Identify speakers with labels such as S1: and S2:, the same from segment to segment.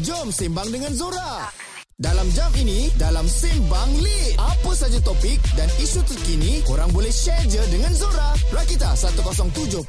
S1: Jom sembang dengan Zora. Dalam jam ini, dalam Sembang Lit. Apa saja topik dan isu terkini, korang boleh share je dengan Zora. Rakita 107.9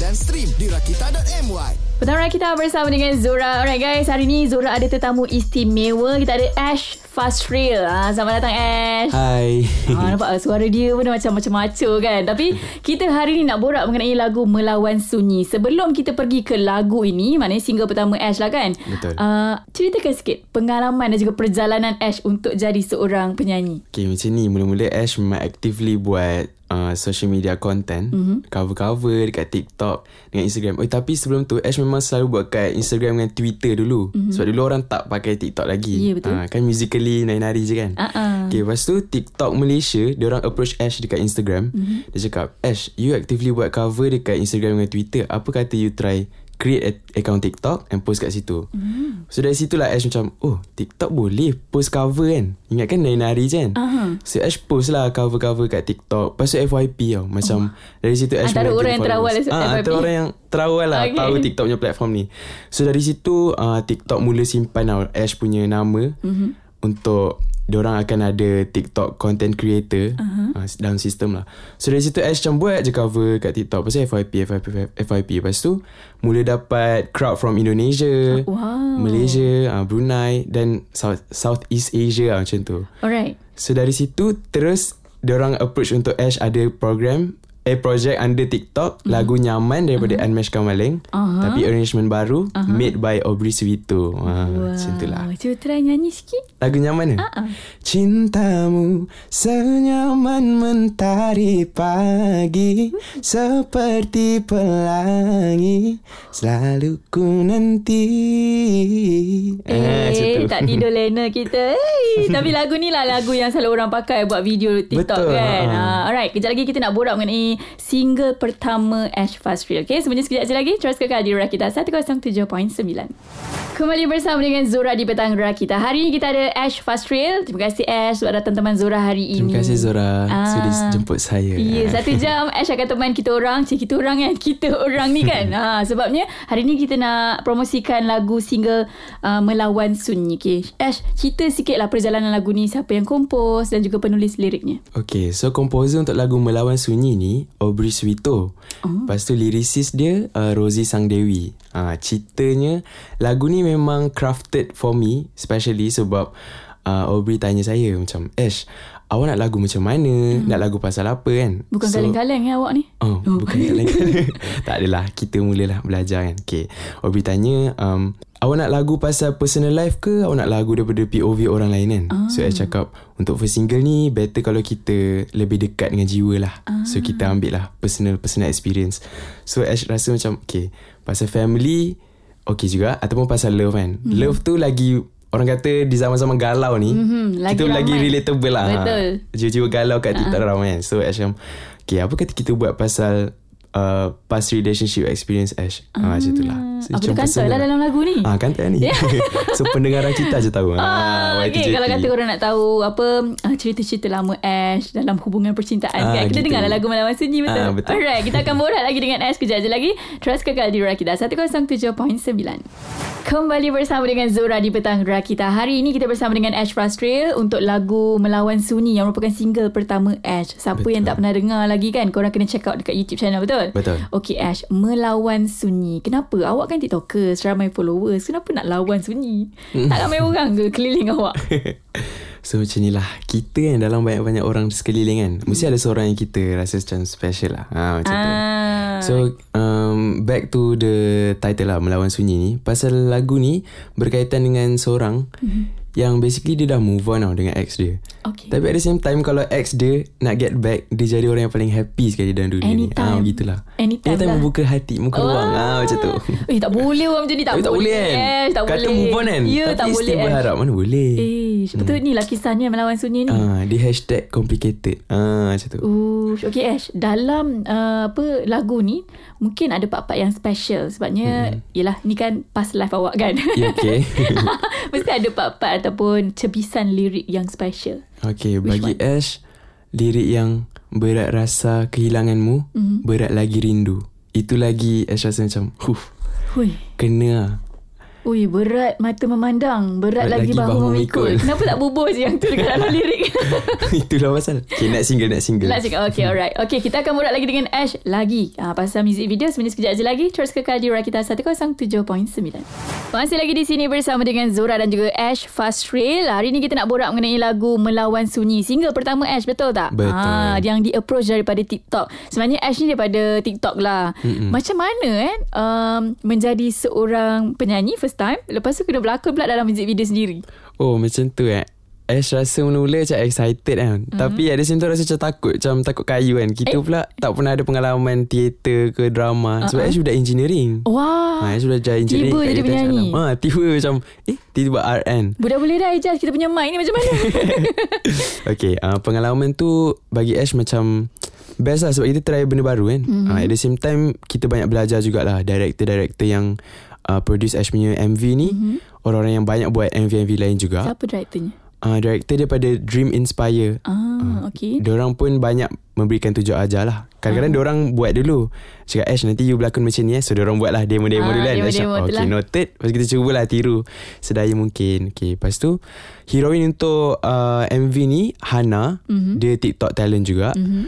S1: dan stream di rakita.my.
S2: Petang Raya kita bersama dengan Zora. Alright guys, hari ni Zora ada tetamu istimewa. Kita ada Ash Fasril. Ah, selamat datang Ash.
S3: Hai.
S2: Ah, nampak tak? suara dia pun macam macam maco kan. Tapi kita hari ni nak borak mengenai lagu Melawan Sunyi. Sebelum kita pergi ke lagu ini, maknanya single pertama Ash lah kan.
S3: Betul.
S2: Ah, ceritakan sikit pengalaman dan juga perjalanan Ash untuk jadi seorang penyanyi.
S3: Okay macam ni Mula-mula Ash memang actively buat uh, Social media content
S2: Mhm.
S3: mm-hmm. Cover-cover dekat TikTok Dengan Instagram oh, Tapi sebelum tu Ash memang selalu buat kat Instagram dengan Twitter dulu mm-hmm. Sebab dulu orang tak pakai TikTok lagi
S2: Mhm. Ya, betul.
S3: Ah, Kan musically nari-nari je kan
S2: Ah, ah.
S3: Okay lepas tu TikTok Malaysia Diorang approach Ash dekat Instagram
S2: Mhm.
S3: mm-hmm. Dia cakap Ash you actively buat cover dekat Instagram dengan Twitter Apa kata you try create a- account TikTok and post kat situ.
S2: Mhm.
S3: Mm. So dari situ lah Ash macam, oh TikTok boleh post cover kan. Ingat kan nari-nari je kan.
S2: Aha.
S3: So Ash post lah cover-cover kat TikTok. Lepas tu FYP tau. Macam oh. dari situ Ash
S2: Antara Ah,
S3: mula
S2: orang
S3: gain
S2: yang terawal
S3: followers.
S2: FYP.
S3: Ah, antara orang yang terawal lah
S2: Okay.
S3: okay. tahu TikTok punya platform ni. So dari situ uh, TikTok mula simpan tau Ash punya nama
S2: Mhm.
S3: mm-hmm. untuk Diorang akan ada TikTok content creator uh-huh. uh, Dalam sistem lah So dari situ Ash macam buat je cover kat TikTok Pasal FYP, FYP, FYP Lepas tu mula dapat crowd from Indonesia
S2: Oh, Wow.
S3: Malaysia, uh, Brunei Dan South, Southeast Asia lah macam tu
S2: Alright.
S3: So dari situ terus orang approach untuk Ash ada program eh project under TikTok mm. lagu nyaman daripada uh-huh. Anmesh Kamaleng
S2: Aha.
S3: tapi arrangement baru uh-huh. made by Aubrey Suwito. Ha wow. Uh-uh. macam itulah.
S2: Wow, Cuba try nyanyi sikit.
S3: Lagu nyaman ke?
S2: Ah, ah.
S3: Cintamu senyaman mentari pagi Seperti pelangi Selalu ku nanti Ah, macam
S2: Eh,
S3: tu.
S2: tak tidur lena kita. Eh, tapi lagu ni lah lagu yang selalu orang pakai buat video TikTok
S3: Betul,
S2: kan.
S3: ha.
S2: Ha. Alright, kejap lagi kita nak borak mengenai single pertama Ash Fasri. Okay, sebenarnya sekejap je lagi. Terus kekal di Rakita 107.9. Kembali bersama dengan Zora di Petang Rakita. Hari ini kita ada Ash Fasril. Terima kasih Ash sebab datang teman Zora hari ini.
S3: Terima kasih Zora
S2: Ah.
S3: ah. Sudah jemput saya
S2: Ya, satu jam Ash akan teman kita orang. Cik, kita orang kan. Kita orang ni kan. ha, sebabnya hari ni kita nak promosikan lagu single uh, Melawan Sunyi. Okay. Ash, cerita sikit lah perjalanan lagu ni. Siapa yang kompos dan juga penulis liriknya.
S3: Okay, so komposer untuk lagu Melawan Sunyi ni Aubrey Suwito. Oh. Lepas tu lirisis dia uh, Rosie Sang Dewi. Ah, uh, ceritanya lagu ni memang crafted for me especially sebab uh, Aubrey tanya saya macam, "Ash, awak nak lagu macam mana? Nak lagu pasal apa kan?"
S2: Bukan
S3: So-
S2: kaleng-kaleng ya awak ni.
S3: Oh, oh. bukan kat lain Tak adalah Kita mulalah belajar kan Okay Obi tanya um, Awak nak lagu pasal personal life ke Awak nak lagu daripada POV orang lain kan ah. So I cakap Untuk first single ni Better kalau kita Lebih dekat dengan jiwa lah ah. So kita ambil lah Personal personal experience So Ash rasa macam Okay Pasal family Okay juga Ataupun pasal love kan mm-hmm. Love tu lagi Orang kata di zaman-zaman galau ni
S2: Mhm, lagi
S3: Kita lagi
S2: ramai.
S3: relatable lah
S2: Betul.
S3: Jiwa-jiwa galau kat TikTok uh-huh. ramai kan So Ash macam Okay apa kata kita buat pasal uh, Past relationship experience Ash ah, Macam tu lah
S2: Ah, apa tu kantoi lah dalam lagu ni. Ya.
S3: Ah, Kantor ni So pendengaran kita je tahu
S2: Ah, okay,
S3: YTJT.
S2: kalau kata korang nak tahu apa ah, cerita-cerita lama Ash dalam hubungan percintaan
S3: Ah,
S2: kan. Kita
S3: gitu.
S2: dengarlah lagu Malam Sunyi betul.
S3: Ah, betul.
S2: Alright, kita akan borak lagi dengan Ash kejap je lagi. Terus kekal di Rakita 107.9. Kembali bersama dengan Zora di Petang Rakita. Hari ini kita bersama dengan Ash Frastril untuk lagu Melawan Sunyi yang merupakan single pertama Ash. Siapa
S3: Betul.
S2: yang tak pernah dengar lagi kan, korang kena check out dekat YouTube channel betul?
S3: Betul.
S2: Okay Ash, Melawan Sunyi. Kenapa? Awak kan TikToker, seramai followers. Kenapa nak lawan Sunyi?
S3: Hmm.
S2: Tak ramai orang ke keliling awak?
S3: So macam ni lah Kita kan dalam banyak-banyak orang sekeliling kan Mesti ada seorang yang kita rasa macam special lah ha, Macam tu
S2: Ah.
S3: So um, back to the title lah Melawan Sunyi ni Pasal lagu ni berkaitan dengan seorang
S2: Hmm.
S3: mm-hmm. Yang basically dia dah move on tau dengan ex dia
S2: Okay.
S3: Tapi at the same time kalau ex dia nak get back Dia jadi orang yang paling happy sekali dalam dunia ni
S2: Anytime.
S3: Ah, Begitulah
S2: Anytime
S3: Anytime
S2: lah.
S3: membuka hati, muka ruang ah, Macam tu
S2: Eh tak boleh orang macam ni tak,
S3: Tapi tak boleh kan
S2: Ash, tak
S3: Kata
S2: boleh.
S3: move on kan
S2: Ya
S3: Tapi
S2: tak
S3: still
S2: boleh. Ash.
S3: berharap mana boleh
S2: Eh, betul ni lah kisahnya melawan sunyi ni. Uh.
S3: Ah, Dia hashtag complicated ah, Macam tu
S2: Ush, okay Ash, dalam uh, apa lagu ni mungkin ada part-part yang special sebabnya hmm. yelah ni kan past life awak kan.
S3: Ya okay
S2: Mesti ada part-part ataupun cebisan lirik yang special.
S3: Okay,
S2: Which
S3: bagi Ash, lirik yang berat rasa kehilanganmu,
S2: Mhm.
S3: mm-hmm. berat lagi rindu. Itu lagi Ash rasa macam, huf,
S2: Hui.
S3: kena lah.
S2: Ui berat mata memandang Berat
S3: Berat
S2: lagi,
S3: lagi
S2: bahu
S3: bahu
S2: memikul
S3: memikul.
S2: Kenapa tak bubur je yang tu Dekat dalam lirik
S3: Itulah pasal Okay next single Next single
S2: Nak cakap Okay alright Okay kita akan borak lagi dengan Ash Lagi ah, Pasal music video Sebenarnya sekejap je lagi Terus ke Kadi Rakita 107.9 Masih lagi di sini Bersama dengan Zora dan juga Ash Fast Trail Hari ni kita nak borak mengenai lagu Melawan Sunyi Single pertama Ash Betul tak?
S3: Betul.
S2: Ah, yang di approach daripada TikTok Sebenarnya Ash ni daripada TikTok lah Mm-mm. Macam mana eh um, Menjadi seorang penyanyi First time Lepas tu kena berlakon pula Dalam music video sendiri
S3: Oh macam tu eh Ash rasa mula-mula macam excited kan mm-hmm. Tapi ada same time rasa macam takut Macam takut kayu kan Kita pula tak pernah ada pengalaman Teater ke drama Sebab Ash sudah engineering
S2: Wah
S3: Ha, Ash sudah jadi engineering
S2: Oh. Tiba
S3: kat
S2: jadi
S3: Yutan
S2: penyanyi.
S3: Shah Alam. ha, Tiba macam Eh tiba RN
S2: Budak boleh dah Ijaz Kita punya mic ni macam mana
S3: Okay uh, Pengalaman tu Bagi Ash macam Best lah Sebab kita try benda baru kan mm-hmm. uh, At the same time Kita banyak belajar jugalah Director-director yang uh, Produce Ash punya MV ni mm-hmm. Orang-orang yang banyak buat MV-MV lain juga
S2: Siapa directornya?
S3: uh, Director daripada Dream Inspire
S2: Ah, okay.
S3: Diorang pun banyak Memberikan tunjuk ajar lah Kadang-kadang
S2: Hmm.
S3: diorang buat dulu Cakap Ash nanti you berlakon macam ni eh So diorang buat lah Demo-demo
S2: Ah,
S3: dulu kan
S2: demo-demo
S3: Ash,
S2: tu
S3: Okay
S2: lah.
S3: noted Lepas tu kita cubalah tiru Sedaya mungkin Okay Lepas tu Heroin untuk uh, MV ni Hana
S2: Mhm.
S3: mm-hmm. Dia TikTok talent juga
S2: Hmm.
S3: mm-hmm.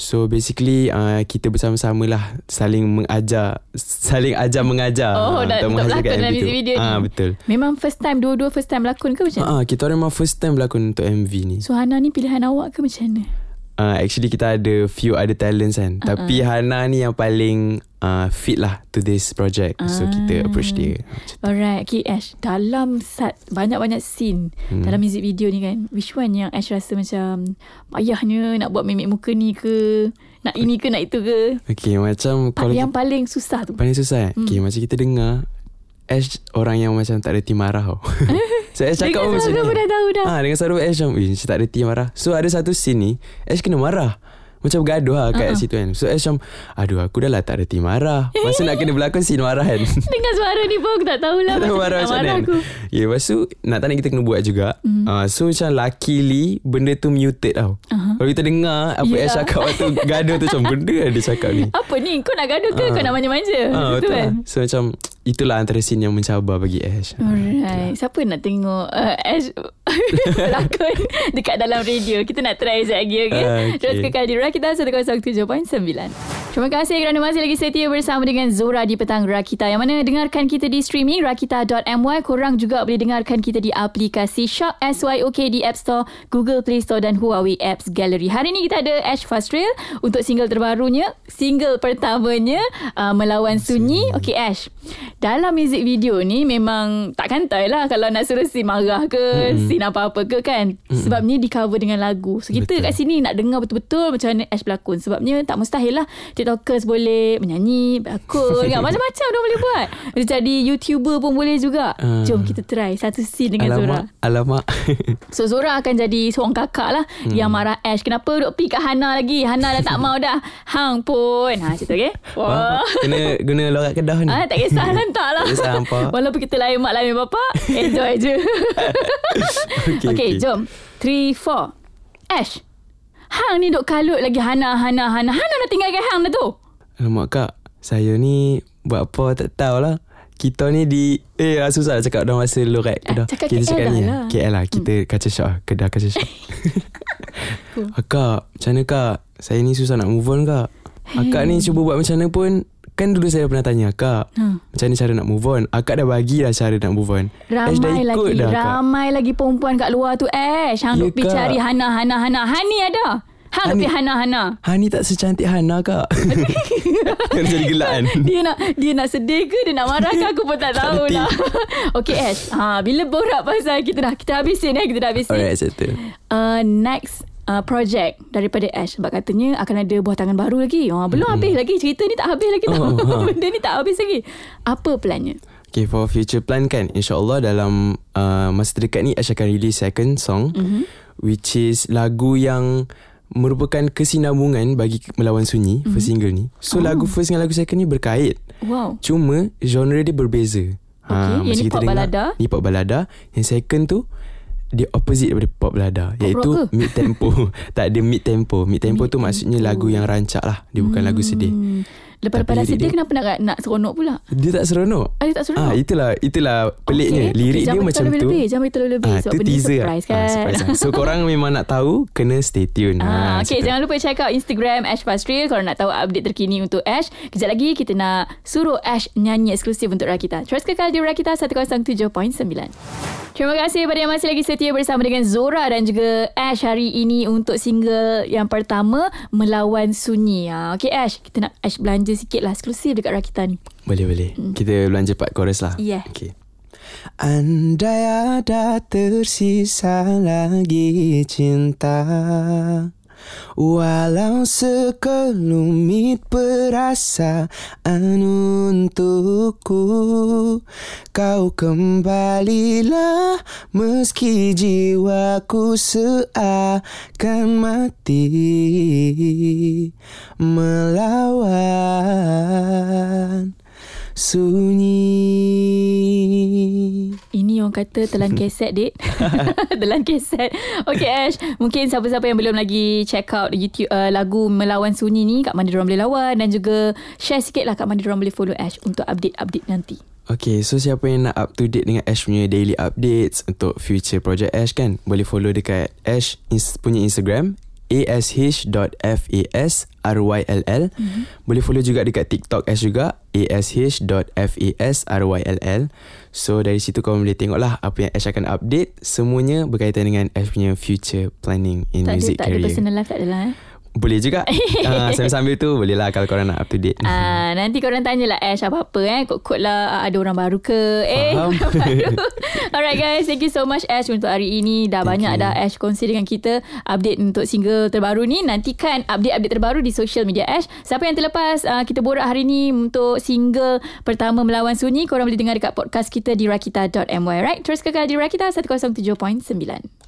S3: So basically uh, Kita bersama-sama lah Saling mengajar Saling ajar mengajar
S2: Oh,
S3: ah,
S2: nak- untuk
S3: menghasilkan
S2: berlakon dalam
S3: MV tu.
S2: music video ni.
S3: Ah, Betul
S2: Memang first time dua-dua first time berlakon ke macam mana?
S3: Ah, Kita orang memang first time berlakon untuk MV ni
S2: So Hana ni pilihan awak ke macam mana?
S3: uh, actually kita ada few other talents kan. Uh-uh. Tapi Hana ni yang paling uh, fit lah to this project.
S2: Ah.
S3: Uh. So kita approach dia.
S2: Alright, okay Ash. Dalam sat, banyak-banyak scene hmm. dalam music video ni kan, which one yang Ash rasa macam payahnya nak buat mimik muka ni ke, nak ini ke, nak itu ke?
S3: Okay macam
S2: Pa-
S3: kalau
S2: yang Mm.
S3: yang...
S2: paling susah tu.
S3: paling susah eh. Okay macam kita dengar. Ash orang yang macam tak reti marah tau. so Ash cakap
S2: Dengan
S3: pun macam
S2: Zara pun dah tahu dah.
S3: Ha, dengan Sarah Ash macam Wih tak reti marah. So ada satu scene ni Ash kena marah. Macam bergaduh lah kat uh-huh. situ kan. So Ash macam Aduh aku dah lah tak reti marah. Masa nak kena berlakon scene marah kan.
S2: Dengan suara ni pun aku tak tahulah
S3: Tak
S2: macam
S3: tahu
S2: mana
S3: marah
S2: nak
S3: macam
S2: marah
S3: mana
S2: aku.
S3: Ya lepas tu Nak tak nak kita kena buat juga mm. uh, So macam luckily Benda tu muted tau uh-huh. Kalau kita dengar Apa
S2: Yelah.
S3: Ash cakap Waktu gaduh tu Macam benda lah dia cakap ni
S2: Apa ni? Kau nak gaduh ke? Kau
S3: Ah.
S2: nak manja-manja?
S3: Ah,
S2: Gitu kan?
S3: betul lah. So macam Itulah antara scene yang mencabar bagi Ash
S2: Hmm, Alright. Siapa nak tengok uh, Ash berlakon dekat dalam radio. Kita nak try sekejap lagi, okay?
S3: Ah,
S2: okay.
S3: okay.
S2: Terus ke Kadira, kita 107.9. Terima kasih kerana masih lagi setia bersama dengan Zora di Petang Rakita. Yang mana dengarkan kita di streaming rakita.my. Korang juga boleh dengarkan kita di aplikasi Shock SYOK di App Store, Google Play Store dan Huawei Apps Gallery. Hari ini kita ada Ash Fast Trail untuk single terbarunya. Single pertamanya uh, Melawan Sunyi. Okay Ash, dalam music video ni memang tak kantai lah kalau nak suruh scene marah ke, mm-hmm. scene apa-apa ke kan. Mm-hmm. Sebab ni di cover dengan lagu. So kita
S3: Betul.
S2: kat sini nak dengar betul-betul macam mana Ash berlakon. Sebabnya tak mustahil lah TikTokers boleh menyanyi, berlakon kan. Macam-macam dia boleh buat. Dia jadi YouTuber pun boleh juga.
S3: Ah.
S2: Jom kita try satu scene dengan Zora.
S3: Alamak Alamak
S2: So Zora akan jadi seorang kakak lah hmm. yang marah Ash. Kenapa duk pergi kat Hana lagi? Hana dah tak mau dah. Hang pun. Ha, macam tu okay? Wah.
S3: Wah, Kena guna lorat kedah ni
S2: Oh. Ah, tak kisah lantak lah.
S3: Tak kisah, hampa.
S2: Walaupun kita lain mak lain bapak, enjoy je. okay, okay,
S3: okay.
S2: jom. 3 4. Ash. Hang ni duk kalut lagi Hana Hana Hana. Hana dah tinggalkan hang dah tu.
S3: Alamak kak Saya ni Buat apa tak tahulah kita ni di Eh lah susah nak cakap Dalam bahasa lorat
S2: Ah,
S3: Kedah
S2: cakap KL
S3: Kita
S2: lah
S3: ni
S2: lah.
S3: KL lah Kita kaca shock lah. Kedah kaca shock Ah, Kak Macam mana kak Saya ni susah nak move on kak
S2: Eh.
S3: Akak ni cuba buat macam mana pun Kan dulu saya pernah tanya Kak
S2: Ha.
S3: Macam mana cara nak move on Akak dah bagi dah cara nak move on Ash dah
S2: Ramai
S3: ikut
S2: lagi
S3: dah, Kak.
S2: Ramai lagi perempuan kat luar tu Ash Hang
S3: Ya,
S2: duk pergi
S3: Kak.
S2: cari Hana Hana Hana Hani ada Hang duk
S3: Hani.
S2: pergi Hana Hana
S3: Hani tak secantik Hana kak Kena jadi gelak kan
S2: dia nak dia nak sedih ke dia nak marah ke aku pun tak
S3: Tak
S2: tahu
S3: reti.
S2: lah. Okey Ash, ha bila borak pasal kita dah kita habisin eh kita dah habisin.
S3: Alright settle
S2: Uh, next uh, project daripada Ash sebab katanya akan ada buah tangan baru lagi. Ha belum habis lagi cerita ni tak habis lagi tau.
S3: Oh, ha.
S2: Benda ni tak habis lagi. Apa plannya?
S3: Okay for future plan kan InsyaAllah dalam uh, Masa terdekat ni Ash akan release second song
S2: Mhm.
S3: mm-hmm. Which is lagu yang Merupakan kesinambungan Bagi Melawan
S2: Mhm.
S3: Sunyi mm-hmm. First single ni So oh. lagu first dengan lagu second ni berkait
S2: Wow.
S3: Cuma genre dia berbeza Ha,
S2: Okay, yang
S3: macam
S2: ni
S3: kita
S2: pop
S3: dengar,
S2: balada.
S3: Ni pop balada Yang second tu dia opposite daripada pop belada iaitu
S2: rock ke?
S3: mid tempo. tak dia mid tempo. Mid tempo tu maksudnya lagu yang rancak lah. Dia bukan lagu sedih.
S2: Hmm. Lepas-lepas
S3: Tapi
S2: dah
S3: lirik
S2: sedih
S3: dia-
S2: kenapa nak nak seronok pula?
S3: Dia tak seronok.
S2: Ah, dia tak seronok.
S3: Ah itulah itulah peliknya. Okay. Lirik dia
S2: jangan
S3: macam
S2: beritahu
S3: tu.
S2: lebih-lebih, Jangan beritahu lebih-lebih
S3: Ah,
S2: sebab benda ni surprise kan.
S3: Ah, surprise lah. So korang memang nak tahu Kena stay tune
S2: Ah,
S3: Ah,
S2: okay,
S3: macam tu.
S2: jangan lupa check out Instagram Ash Fastril kalau nak tahu update terkini untuk Ash. Kejap lagi kita nak suruh Ash nyanyi eksklusif untuk Rakita. Terus kekal di Rakita 107.9. Terima kasih kepada yang masih lagi setia bersama dengan Zora dan juga Ash hari ini untuk single yang pertama Melawan Sunyi. Ah, okay Ash, kita nak Ash belanja sikit lah eksklusif dekat Rakita ni.
S3: Boleh boleh
S2: Hmm.
S3: Kita belanja part chorus lah
S2: Yeah.
S3: okay. Andai ada tersisa lagi cinta Walau sekelumit perasaan untukku Kau kembalilah meski jiwaku seakan mati Melawan Sunyi
S2: Ini orang kata telan keset, dek. telan keset. Okay, Ash. Mungkin siapa-siapa yang belum lagi check out YouTube uh, lagu Melawan Sunyi ni, kat mana diorang boleh lawan dan juga share sikit lah kat mana diorang boleh follow Ash untuk update-update nanti.
S3: Okay, so siapa yang nak up to date dengan Ash punya daily updates untuk future project Ash kan, boleh follow dekat Ash ins- punya Instagram ash.fasryll mm-hmm. Boleh follow juga dekat TikTok Ash juga ash.fasryll So dari situ korang boleh tengok lah apa yang Ash akan update Semuanya berkaitan dengan Ash punya future planning in
S2: tak ada,
S3: music
S2: tak ada
S3: career
S2: personal life, tak ada lah. Eh.
S3: Boleh juga uh, Sambil-sambil tu boleh lah kalau korang nak up to date
S2: Ah, nanti korang tanyalah Ash apa-apa eh. Kod-kod lah ah, ada orang baru ke. Eh,
S3: Faham.
S2: orang baru. Alright guys, thank you so much Ash untuk hari ini. Dah thank
S3: Thank
S2: banyak you.
S3: you.
S2: dah Ash kongsi dengan kita update untuk single terbaru ni. Nantikan update-update terbaru di social media Ash. Siapa yang terlepas ah, kita borak hari ni untuk single pertama Melawan Sunyi, korang boleh dengar dekat podcast kita di rakita.my. Right? Terus kekal di Rakita 107.9.